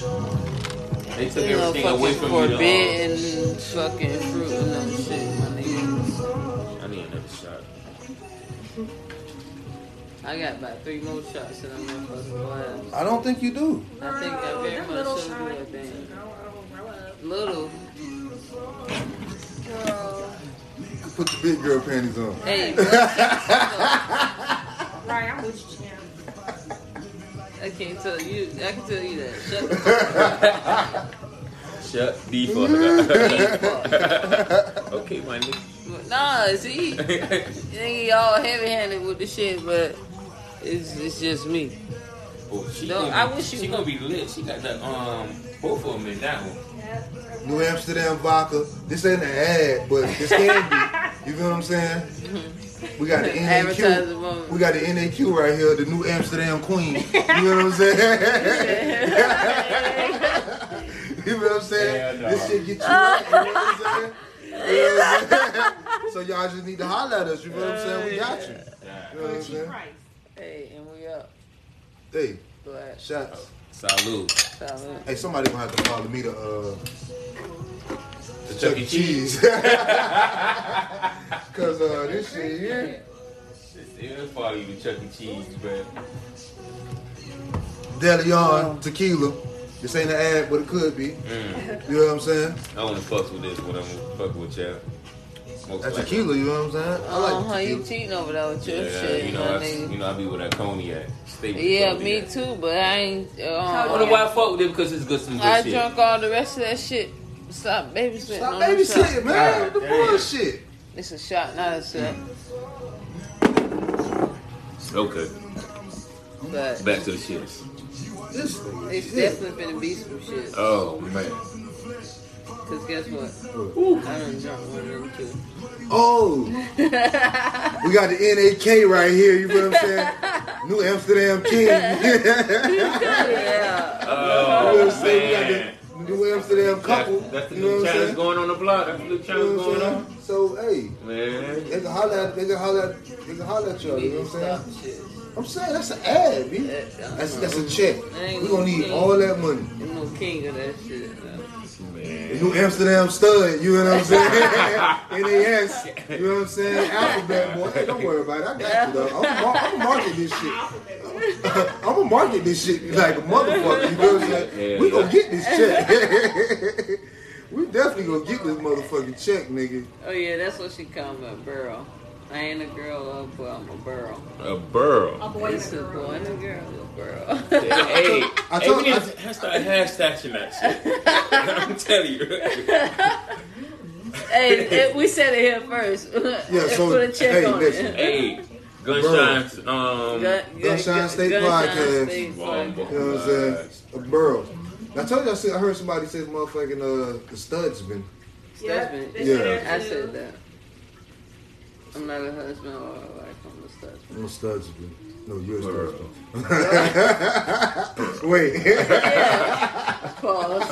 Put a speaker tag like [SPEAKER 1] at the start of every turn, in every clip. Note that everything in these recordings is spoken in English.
[SPEAKER 1] They took
[SPEAKER 2] You know,
[SPEAKER 1] everything away
[SPEAKER 2] fucking
[SPEAKER 1] from you. To,
[SPEAKER 2] forbidden fucking fruit and them shit, my nigga.
[SPEAKER 1] uh, I need another shot.
[SPEAKER 2] I got about three more shots and I'm gonna fucking go out.
[SPEAKER 3] I don't think you do.
[SPEAKER 2] I think I very
[SPEAKER 4] Them
[SPEAKER 2] much
[SPEAKER 4] little
[SPEAKER 2] so do, I
[SPEAKER 4] shots.
[SPEAKER 2] think.
[SPEAKER 4] Girl, grow up.
[SPEAKER 2] Little.
[SPEAKER 4] Girl.
[SPEAKER 3] Put the big girl panties on.
[SPEAKER 2] Hey, what?
[SPEAKER 4] Right, I'm with you, Jim.
[SPEAKER 2] I can't tell you. I can tell you that. Shut the
[SPEAKER 1] Shut the fuck
[SPEAKER 3] That's
[SPEAKER 1] up. okay, my
[SPEAKER 2] fuck. Nah, see,
[SPEAKER 1] nigga.
[SPEAKER 2] nigga, y'all heavy handed with the shit, but it's it's just me.
[SPEAKER 1] oh, she
[SPEAKER 2] No,
[SPEAKER 1] gonna,
[SPEAKER 2] I
[SPEAKER 1] be-
[SPEAKER 2] wish you
[SPEAKER 1] She gonna be lit. She got the um both of them in that one.
[SPEAKER 3] New Amsterdam vodka. This ain't an ad, but this can be. You feel what I'm saying? We got the
[SPEAKER 2] Advertising
[SPEAKER 3] NAQ.
[SPEAKER 2] moment.
[SPEAKER 3] We got the NAQ right here, the New Amsterdam Queen. You know what I'm saying? you know what I'm saying?
[SPEAKER 1] Yeah,
[SPEAKER 3] This
[SPEAKER 1] dog.
[SPEAKER 3] shit get you up. You know what I'm saying? You know what I'm saying? so y'all just need to holler at us. You know what I'm saying? We got you. You know what I'm
[SPEAKER 4] Cheap
[SPEAKER 3] saying?
[SPEAKER 4] price.
[SPEAKER 2] Hey, and we up.
[SPEAKER 3] Hey,
[SPEAKER 2] Go ahead.
[SPEAKER 3] shots.
[SPEAKER 1] Salute.
[SPEAKER 2] Solid.
[SPEAKER 3] Hey, somebody gonna have to follow me to uh
[SPEAKER 1] The
[SPEAKER 3] Chuck E. Cheese. Cause uh this shit here.
[SPEAKER 1] It'll follow you to Chuck E. Cheese, but
[SPEAKER 3] Deleon tequila. This ain't an ad, but it could be.
[SPEAKER 1] mm,
[SPEAKER 3] You know what I'm saying?
[SPEAKER 1] I only fucks with this when I'm fucking with y'all. Most
[SPEAKER 3] That
[SPEAKER 1] likely.
[SPEAKER 3] tequila, you know what I'm saying? I
[SPEAKER 2] Uh huh.
[SPEAKER 3] like
[SPEAKER 2] You
[SPEAKER 3] tequila.
[SPEAKER 2] cheating over there with your
[SPEAKER 1] Yeah,
[SPEAKER 2] shit,
[SPEAKER 1] you
[SPEAKER 2] my
[SPEAKER 1] know, I,
[SPEAKER 2] nigga.
[SPEAKER 1] you know, I be with that cognac. Stay with
[SPEAKER 2] Yeah,
[SPEAKER 1] the
[SPEAKER 2] me
[SPEAKER 1] cognac.
[SPEAKER 2] too, but I ain't.
[SPEAKER 1] I
[SPEAKER 2] Uh,
[SPEAKER 1] wonder why I fuck with it because it's good some good
[SPEAKER 2] I
[SPEAKER 1] shit.
[SPEAKER 2] drunk all the rest of that shit. Stop babysitting.
[SPEAKER 3] Stop
[SPEAKER 2] on the shot.
[SPEAKER 3] babysitting, man.
[SPEAKER 1] God
[SPEAKER 3] the
[SPEAKER 1] damn.
[SPEAKER 3] bullshit.
[SPEAKER 2] It's a shot, not a shot.
[SPEAKER 1] Okay,
[SPEAKER 2] But
[SPEAKER 1] back to the shits.
[SPEAKER 3] This thing.
[SPEAKER 2] it's definitely finna be some shit.
[SPEAKER 1] Oh man,
[SPEAKER 2] Cause guess what? I done drunk one of them too.
[SPEAKER 3] Oh, we got the NAK right here. You know what I'm saying? New Amsterdam King.
[SPEAKER 2] Yeah.
[SPEAKER 3] You know
[SPEAKER 1] oh
[SPEAKER 3] what I'm saying?
[SPEAKER 1] man,
[SPEAKER 3] We got the New Amsterdam couple.
[SPEAKER 1] That- that's the
[SPEAKER 3] you know
[SPEAKER 1] new
[SPEAKER 3] what I'm
[SPEAKER 1] challenge
[SPEAKER 3] saying?
[SPEAKER 1] going on the block. That's the new
[SPEAKER 3] You
[SPEAKER 1] challenge
[SPEAKER 3] know what
[SPEAKER 1] going
[SPEAKER 3] I'm
[SPEAKER 1] on.
[SPEAKER 3] saying? So hey,
[SPEAKER 1] Man,
[SPEAKER 3] they can holler at they can holler at they can holler at y'all. You know what I'm
[SPEAKER 2] Stop
[SPEAKER 3] saying?
[SPEAKER 2] shit.
[SPEAKER 3] I'm saying that's an ad, B.
[SPEAKER 2] Yeah,
[SPEAKER 3] That's that's a check.
[SPEAKER 2] Ain't
[SPEAKER 3] We gonna need
[SPEAKER 2] no-
[SPEAKER 3] all that money.
[SPEAKER 2] I'm no king of that shit.
[SPEAKER 3] The
[SPEAKER 1] man,
[SPEAKER 3] New Amsterdam stud, you know what I'm saying? NAS, you know what I'm saying? Alphabet boy, hey, don't worry about it. I got you though. I'm gonna market this shit. I'm gonna market this shit like a motherfucker. You know what I'm saying?
[SPEAKER 1] Yeah,
[SPEAKER 3] We gonna
[SPEAKER 1] yeah.
[SPEAKER 3] get this check. we definitely gonna get this motherfucking check, nigga.
[SPEAKER 2] Oh yeah, that's what she called me, a burl. I ain't a girl, uh, but I'm a burl.
[SPEAKER 1] a burl.
[SPEAKER 4] A boy and
[SPEAKER 2] It's
[SPEAKER 4] a
[SPEAKER 2] a
[SPEAKER 4] girl.
[SPEAKER 2] boy and a girl, a burl.
[SPEAKER 1] Hey, hey,
[SPEAKER 3] I
[SPEAKER 1] hey,
[SPEAKER 3] told-
[SPEAKER 1] we need to start hashtagging that shit. I'm telling you.
[SPEAKER 2] Hey, it- we said it here first.
[SPEAKER 3] Yeah, so,
[SPEAKER 2] put a check
[SPEAKER 3] hey,
[SPEAKER 2] on
[SPEAKER 3] listen.
[SPEAKER 2] it.
[SPEAKER 1] Hey, gunshots. Um,
[SPEAKER 2] Gun-
[SPEAKER 3] Gunshine
[SPEAKER 2] gun-
[SPEAKER 3] State
[SPEAKER 2] Gunshine
[SPEAKER 3] Podcast.
[SPEAKER 2] State
[SPEAKER 1] Wow,
[SPEAKER 2] Podcast.
[SPEAKER 3] You know what I'm saying? A burrow. I told you I, said, I heard somebody say motherfucking uh the studs been
[SPEAKER 4] Yep, they
[SPEAKER 3] Yeah.
[SPEAKER 4] said
[SPEAKER 2] I
[SPEAKER 4] that
[SPEAKER 2] said
[SPEAKER 4] too.
[SPEAKER 2] that. I'm not a husband or a wife. I'm a husband.
[SPEAKER 3] no studs been. No, you're a
[SPEAKER 1] Burrow.
[SPEAKER 3] studs. been. Wait.
[SPEAKER 2] Yeah. Pause.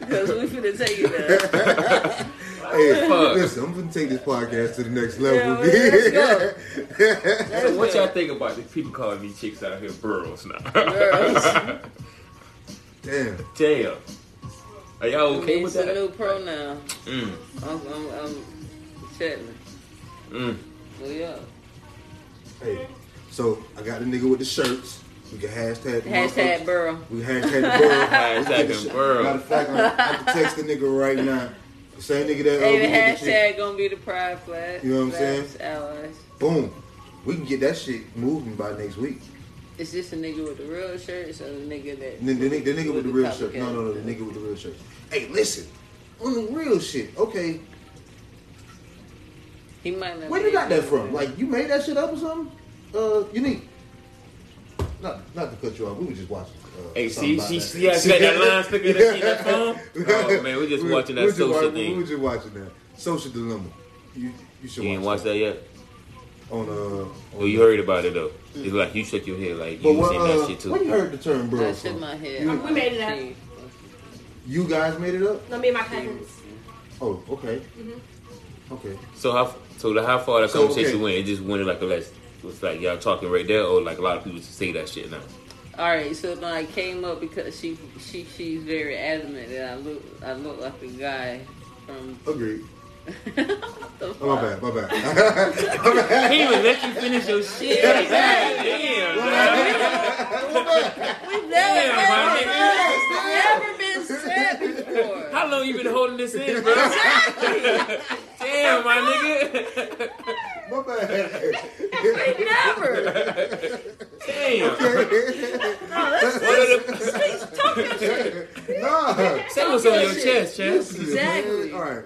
[SPEAKER 2] Because we finna take it there.
[SPEAKER 3] Hey,
[SPEAKER 1] Fuck.
[SPEAKER 3] listen, I'm gonna take this podcast to the next
[SPEAKER 2] Yeah,
[SPEAKER 3] level.
[SPEAKER 2] well, let's go.
[SPEAKER 1] So what y'all think about these people calling these chicks out here burls now?
[SPEAKER 2] Burls.
[SPEAKER 3] Damn.
[SPEAKER 1] Damn. Are y'all okay with
[SPEAKER 2] it's a
[SPEAKER 1] that?
[SPEAKER 2] new pronoun.
[SPEAKER 1] Mm,
[SPEAKER 2] I'm, I'm, I'm chatting.
[SPEAKER 1] mm.
[SPEAKER 2] We up.
[SPEAKER 3] Hey, so I got the nigga with the shirts. We can hashtag the
[SPEAKER 2] Hashtag
[SPEAKER 3] motherfucker.
[SPEAKER 2] Burl.
[SPEAKER 3] We can hashtag the world.
[SPEAKER 1] Hashtag the world.
[SPEAKER 3] Matter of fact, I'm, I can text the nigga right now. The same nigga that uh,
[SPEAKER 2] Hey,
[SPEAKER 3] we
[SPEAKER 2] the
[SPEAKER 3] did the shit.
[SPEAKER 2] hashtag gonna be the pride flag.
[SPEAKER 3] You know what I'm saying?
[SPEAKER 2] Flags, allies.
[SPEAKER 3] Boom. We can get that shit moving by next week.
[SPEAKER 2] Is this the nigga with the real shirts or the nigga that?
[SPEAKER 3] The, the, the nigga with the real shirt. No, no, no, the
[SPEAKER 2] copycat?
[SPEAKER 3] nigga with the real shirt. Hey, listen, on the real shit, okay,
[SPEAKER 2] He might not.
[SPEAKER 3] where
[SPEAKER 2] be
[SPEAKER 3] you got
[SPEAKER 2] a
[SPEAKER 3] that
[SPEAKER 2] nigga.
[SPEAKER 3] from? Like, you made that shit up or something? Uh, unique. Not, not to cut you off, we were just watching. Uh,
[SPEAKER 1] Hey,
[SPEAKER 3] something
[SPEAKER 1] see,
[SPEAKER 3] about
[SPEAKER 1] she,
[SPEAKER 3] that.
[SPEAKER 1] she, yeah, she got that line sticking in that shit, that phone. Oh man, we just
[SPEAKER 3] We-
[SPEAKER 1] watching
[SPEAKER 3] we
[SPEAKER 1] that
[SPEAKER 3] just
[SPEAKER 1] social
[SPEAKER 3] watching- We
[SPEAKER 1] thing.
[SPEAKER 3] were just watching that. Social Dilemma. You, you should
[SPEAKER 1] You ain't
[SPEAKER 3] watch
[SPEAKER 1] watched that yet?
[SPEAKER 3] On, uh, on
[SPEAKER 1] Well, Oh, you heard about it though. It's like you shook your head like you
[SPEAKER 3] But
[SPEAKER 1] was
[SPEAKER 3] what,
[SPEAKER 1] in that
[SPEAKER 3] uh,
[SPEAKER 1] shit
[SPEAKER 3] where you
[SPEAKER 1] too.
[SPEAKER 3] heard the term, bro?
[SPEAKER 2] I shook my head.
[SPEAKER 3] You-
[SPEAKER 4] We made it up.
[SPEAKER 2] She-
[SPEAKER 3] You guys made it up?
[SPEAKER 4] No, me and my cousins.
[SPEAKER 3] Oh, okay. Okay.
[SPEAKER 1] So how so the, how far that
[SPEAKER 3] So,
[SPEAKER 1] conversation
[SPEAKER 3] okay.
[SPEAKER 1] went? It just went like a less. It's like y'all talking right there, or like a lot of people just say that shit now.
[SPEAKER 2] All right, so no, I came up because she she she's very adamant that I look I look like the guy from.
[SPEAKER 3] Agreed.
[SPEAKER 2] what the
[SPEAKER 3] Oh, my
[SPEAKER 2] fuck?
[SPEAKER 3] bad. My bad. my bad.
[SPEAKER 1] He even let you finish your shit.
[SPEAKER 2] Yeah, exactly.
[SPEAKER 1] Damn,
[SPEAKER 3] My
[SPEAKER 1] man.
[SPEAKER 3] bad. My bad.
[SPEAKER 2] We've never,
[SPEAKER 1] Damn,
[SPEAKER 2] never,
[SPEAKER 1] my
[SPEAKER 2] never been said before.
[SPEAKER 1] How long you been holding this in, bro? Damn, my nigga.
[SPEAKER 3] My
[SPEAKER 2] We never.
[SPEAKER 1] Damn.
[SPEAKER 3] bad.
[SPEAKER 2] No, let's
[SPEAKER 1] What are the-
[SPEAKER 2] speak. Talk your shit.
[SPEAKER 3] Nah.
[SPEAKER 1] Say what's on your
[SPEAKER 2] Shit.
[SPEAKER 1] chest, chest.
[SPEAKER 3] Listen,
[SPEAKER 2] Exactly.
[SPEAKER 3] man. All right.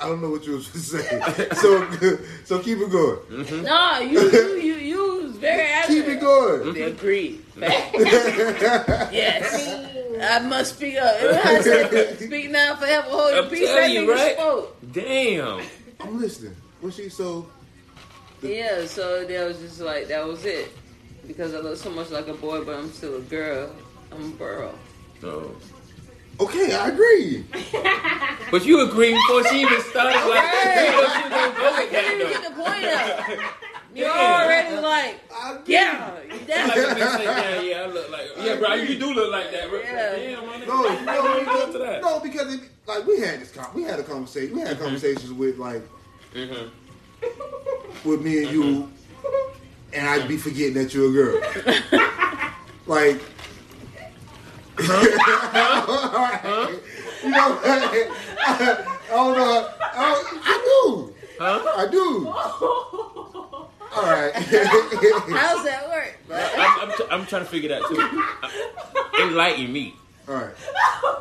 [SPEAKER 3] I don't know what you was saying. So, so keep it going.
[SPEAKER 2] No, you you you you was very adamant.
[SPEAKER 3] Keep it going.
[SPEAKER 2] Agreed. Fact. yes. I must speak up. I said, speak now forever hold your
[SPEAKER 1] I'm
[SPEAKER 2] peace. That
[SPEAKER 1] telling you,
[SPEAKER 2] nigga
[SPEAKER 1] right?
[SPEAKER 2] spoke.
[SPEAKER 1] Damn.
[SPEAKER 3] I'm listening. What she so?
[SPEAKER 2] Yeah, so that was just like that was it. Because I look so much like a boy, but I'm still a girl. I'm a girl.
[SPEAKER 1] Oh.
[SPEAKER 3] Okay, I agree.
[SPEAKER 1] But you agreed before she even started. Like,
[SPEAKER 2] Right.
[SPEAKER 1] you know she was gonna go with
[SPEAKER 2] You
[SPEAKER 1] that,
[SPEAKER 2] didn't even get the point out.
[SPEAKER 1] though.
[SPEAKER 2] You're
[SPEAKER 1] Damn.
[SPEAKER 2] already like,
[SPEAKER 3] I agree.
[SPEAKER 2] yeah,
[SPEAKER 1] Like,
[SPEAKER 2] that's
[SPEAKER 1] if they say, yeah, yeah, I look like. Yeah, bro, you do look like that, bro.
[SPEAKER 2] Yeah.
[SPEAKER 1] Damn, my nigga.
[SPEAKER 3] No, no,
[SPEAKER 1] Why you go to
[SPEAKER 3] no,
[SPEAKER 1] that? Mm-hmm.
[SPEAKER 3] no, because it, like we had this, con- we had a conversation, we had conversations with like
[SPEAKER 1] Mhm. Mm-hmm.
[SPEAKER 3] with me and you, and I'd be forgetting that you're a girl. like, you know, I, don't know. I, don't- I do.
[SPEAKER 1] Huh?
[SPEAKER 3] I do. All right.
[SPEAKER 2] how's that work?
[SPEAKER 1] I'm, I'm, tr- I'm trying to figure that too. I- Enlighten me.
[SPEAKER 3] All right.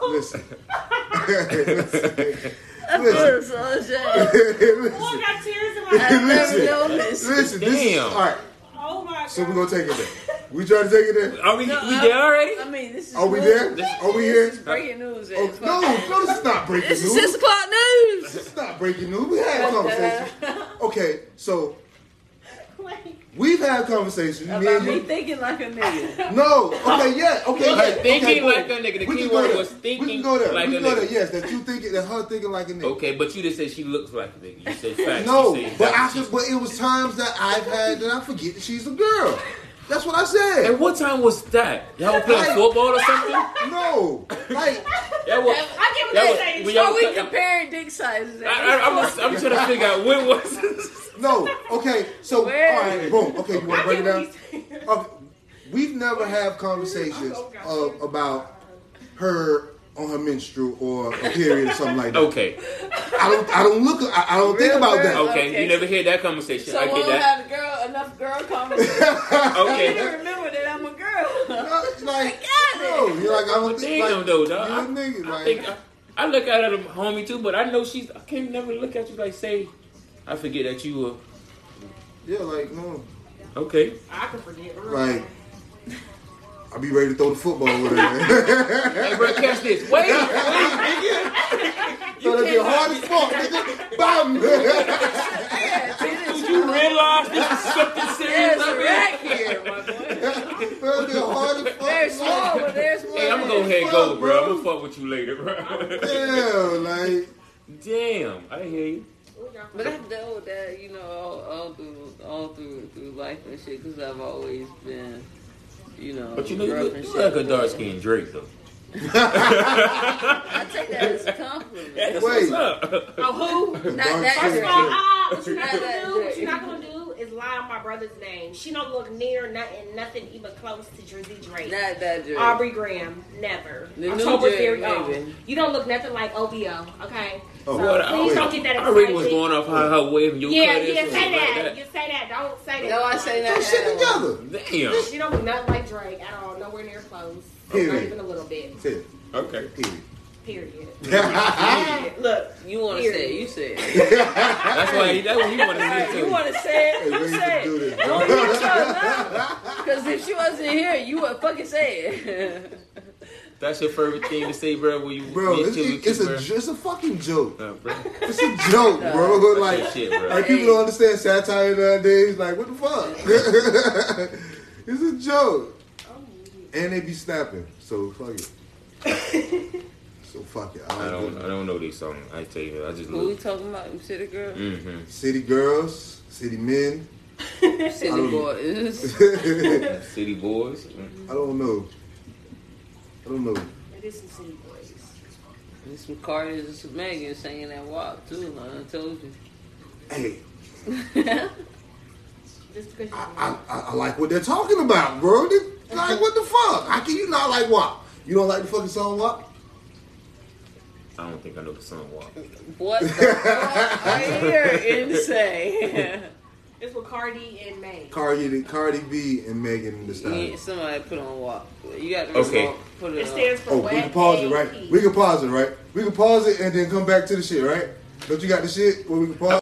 [SPEAKER 3] Listen. Listen.
[SPEAKER 2] I feel so ashamed.
[SPEAKER 3] Listen.
[SPEAKER 4] I got tears in
[SPEAKER 2] I
[SPEAKER 4] my eyes.
[SPEAKER 2] never
[SPEAKER 3] Listen.
[SPEAKER 2] known this.
[SPEAKER 3] Listen, this is,
[SPEAKER 1] Damn.
[SPEAKER 3] all right.
[SPEAKER 4] Oh my god.
[SPEAKER 3] So we're gonna take it there. We trying to take it there.
[SPEAKER 1] Are we,
[SPEAKER 2] No,
[SPEAKER 1] we
[SPEAKER 2] I-
[SPEAKER 1] there already?
[SPEAKER 2] I mean, this is
[SPEAKER 3] Are we
[SPEAKER 2] good.
[SPEAKER 3] there? Are we here?
[SPEAKER 2] This is breaking news.
[SPEAKER 3] Oh,
[SPEAKER 2] Ed.
[SPEAKER 3] no, no, this is not breaking
[SPEAKER 2] This
[SPEAKER 3] news.
[SPEAKER 2] is six o'clock news.
[SPEAKER 3] This is not breaking news. We had a conversation. Okay, so
[SPEAKER 4] Wait.
[SPEAKER 3] we've had conversations. Me
[SPEAKER 2] About
[SPEAKER 3] and
[SPEAKER 2] me
[SPEAKER 3] you.
[SPEAKER 2] thinking like a nigga.
[SPEAKER 3] No. Okay. Yeah. Okay.
[SPEAKER 1] Her
[SPEAKER 3] yeah, okay,
[SPEAKER 1] thinking
[SPEAKER 3] boom.
[SPEAKER 1] like a nigga. The
[SPEAKER 3] We can
[SPEAKER 1] key
[SPEAKER 3] go
[SPEAKER 1] word
[SPEAKER 3] there.
[SPEAKER 1] was
[SPEAKER 3] We can
[SPEAKER 1] thinking
[SPEAKER 3] go there.
[SPEAKER 1] like
[SPEAKER 3] we
[SPEAKER 1] a
[SPEAKER 3] can go there.
[SPEAKER 1] nigga.
[SPEAKER 3] Yes, that you thinking that her thinking like a nigga.
[SPEAKER 1] Okay, but you didn't say she looks like a nigga. You said facts.
[SPEAKER 3] No,
[SPEAKER 1] You said
[SPEAKER 3] but I
[SPEAKER 1] facts.
[SPEAKER 3] just but it was times that I've had that I forget that she's a girl. That's what I said.
[SPEAKER 1] And what time was that? Y'all were playing football or something?
[SPEAKER 3] No, like
[SPEAKER 1] That was.
[SPEAKER 4] I
[SPEAKER 1] That
[SPEAKER 4] give
[SPEAKER 1] was-
[SPEAKER 4] him
[SPEAKER 1] we
[SPEAKER 4] this
[SPEAKER 1] y'all-
[SPEAKER 2] Are we comparing dick sizes?
[SPEAKER 1] I, I, I'm, just, I'm trying to figure out when was this.
[SPEAKER 3] no. Okay, so
[SPEAKER 2] Where?
[SPEAKER 3] all right, boom. Okay, you want to break it down?
[SPEAKER 4] thing.
[SPEAKER 3] Okay, we've never had conversations
[SPEAKER 2] Oh,
[SPEAKER 3] of, about her on her menstrual or a period or something like that.
[SPEAKER 1] Okay,
[SPEAKER 3] I don't. I don't look. I, I don't think about that.
[SPEAKER 1] okay,
[SPEAKER 2] Okay.
[SPEAKER 1] you never hear that conversation. I
[SPEAKER 2] Someone
[SPEAKER 1] get
[SPEAKER 2] who
[SPEAKER 1] that.
[SPEAKER 2] had a girl enough girl conversation. You
[SPEAKER 1] Okay,
[SPEAKER 2] didn't remember that I'm a girl.
[SPEAKER 3] No, it's like,
[SPEAKER 2] I got
[SPEAKER 3] no,
[SPEAKER 2] it.
[SPEAKER 3] you're like I don't think
[SPEAKER 1] damn
[SPEAKER 3] like
[SPEAKER 1] though,
[SPEAKER 3] you a
[SPEAKER 1] dog. I-
[SPEAKER 3] nigga.
[SPEAKER 1] I
[SPEAKER 3] Like,
[SPEAKER 1] think I, I look at her, homie, too, but I know she's. I can never look at you like say, I forget that you were
[SPEAKER 3] yeah, like no,
[SPEAKER 1] okay.
[SPEAKER 4] I can forget. real
[SPEAKER 3] like
[SPEAKER 4] fast.
[SPEAKER 3] I'll be ready to throw the football with her.
[SPEAKER 1] Hey, bro, catch this. Wait,
[SPEAKER 3] So that'd be hard as fuck, nigga. Bam.
[SPEAKER 2] I had titties.
[SPEAKER 1] did you realize this is something serious?
[SPEAKER 2] There's a rack here, my boy.
[SPEAKER 3] That'd be hard as fuck.
[SPEAKER 2] There's one, but there's one.
[SPEAKER 1] Hey, I'm gonna go ahead and go, bro. I'm gonna fuck with you later, bro.
[SPEAKER 3] Damn, like
[SPEAKER 1] Damn, I hear you.
[SPEAKER 4] We got-
[SPEAKER 2] But I've dealt with that, you know, all, all through all through through life and shit, because I've always been, you know.
[SPEAKER 1] But you know, you
[SPEAKER 2] rough
[SPEAKER 1] look,
[SPEAKER 2] and
[SPEAKER 1] you
[SPEAKER 2] shit
[SPEAKER 1] look like a dark skinned Drake, though.
[SPEAKER 2] I take that as a compliment.
[SPEAKER 1] That's
[SPEAKER 3] Wait.
[SPEAKER 1] what's up.
[SPEAKER 4] Oh, who?
[SPEAKER 2] Not that
[SPEAKER 4] First of all,
[SPEAKER 2] Drake.
[SPEAKER 4] uh, what you're not gonna do, what you're not gonna do is lie on my brother's name. She don't look near nothing, nothing even close to Drizzy Drake.
[SPEAKER 2] Not that Drake.
[SPEAKER 4] Aubrey Graham, never.
[SPEAKER 2] The new
[SPEAKER 4] October's
[SPEAKER 2] Drake,
[SPEAKER 4] very own.
[SPEAKER 2] maybe.
[SPEAKER 4] You don't look nothing like OVO, okay?
[SPEAKER 3] Oh,
[SPEAKER 4] so
[SPEAKER 1] But I
[SPEAKER 4] please
[SPEAKER 1] already-
[SPEAKER 4] don't get that
[SPEAKER 1] I
[SPEAKER 4] excited.
[SPEAKER 1] already was going off how her wave and you
[SPEAKER 4] yeah,
[SPEAKER 1] cut it
[SPEAKER 4] yeah,
[SPEAKER 1] and
[SPEAKER 4] say
[SPEAKER 1] shit
[SPEAKER 4] that.
[SPEAKER 1] like
[SPEAKER 4] You say that. Don't say that.
[SPEAKER 2] No, I say
[SPEAKER 3] get
[SPEAKER 2] that.
[SPEAKER 3] shit together.
[SPEAKER 1] that. Damn.
[SPEAKER 4] She don't look nothing like Drake at all. Nowhere near close. Not
[SPEAKER 3] Period.
[SPEAKER 4] even a little bit.
[SPEAKER 3] Shit,
[SPEAKER 1] Okay.
[SPEAKER 3] period.
[SPEAKER 4] Period.
[SPEAKER 3] Hey,
[SPEAKER 4] look,
[SPEAKER 2] You want to
[SPEAKER 4] Period.
[SPEAKER 2] say it? You say it.
[SPEAKER 1] That's why he, that's what he wanted to do.
[SPEAKER 2] you want to say it?
[SPEAKER 3] we
[SPEAKER 2] You
[SPEAKER 3] used
[SPEAKER 2] say
[SPEAKER 3] to do
[SPEAKER 2] it.
[SPEAKER 3] this,
[SPEAKER 2] Don't
[SPEAKER 3] bro.
[SPEAKER 2] hit your Because if she wasn't here, you would fucking say it.
[SPEAKER 1] That's your favorite thing to say, bro. When you
[SPEAKER 3] Bro,
[SPEAKER 1] you
[SPEAKER 3] it's,
[SPEAKER 1] chill with
[SPEAKER 3] it's
[SPEAKER 1] you,
[SPEAKER 3] a
[SPEAKER 1] bro.
[SPEAKER 3] j- it's a fucking joke.
[SPEAKER 1] Nah, bro.
[SPEAKER 3] It's a joke, bro. Like,
[SPEAKER 1] That's your shit, bro.
[SPEAKER 3] like people don't understand satire nowadays. Like, what the fuck? it's a joke, and they be snapping. So fuck it. so fuck it.
[SPEAKER 1] I
[SPEAKER 3] I don't,
[SPEAKER 1] don't, I don't know these songs. I tell you, I just
[SPEAKER 2] Who we
[SPEAKER 1] look.
[SPEAKER 2] talking about? You said it, girl?
[SPEAKER 1] Mm-hmm.
[SPEAKER 3] City girls, city men.
[SPEAKER 2] City
[SPEAKER 3] don't-
[SPEAKER 2] boys.
[SPEAKER 3] I
[SPEAKER 1] City boys. Mm.
[SPEAKER 3] don't know. I don't know.
[SPEAKER 4] It is some city boys.
[SPEAKER 2] There's some Carters and some Megans singing that walk too, huh? I told
[SPEAKER 3] Hey,
[SPEAKER 2] you.
[SPEAKER 4] Just because you
[SPEAKER 3] I, I, I like what they're talking about, bro. They- like, what the fuck? How can you not like WAP? You don't like the fucking song WAP?
[SPEAKER 1] I don't think I know the song walk.
[SPEAKER 2] what the fuck are you insane?
[SPEAKER 4] it's with Cardi and May.
[SPEAKER 3] Cardi, Cardi B and Megan Thee Stallion.
[SPEAKER 2] Yeah, somebody put on walk. You got to
[SPEAKER 1] Okay.
[SPEAKER 2] put
[SPEAKER 4] It
[SPEAKER 2] it on.
[SPEAKER 4] stands for
[SPEAKER 3] Oh,
[SPEAKER 4] wet,
[SPEAKER 3] we can pause it,
[SPEAKER 4] pain,
[SPEAKER 3] right?
[SPEAKER 4] heat.
[SPEAKER 3] We can pause it, right? We can pause it and then come back to the shit, right? Don't you got the shit where we can pause?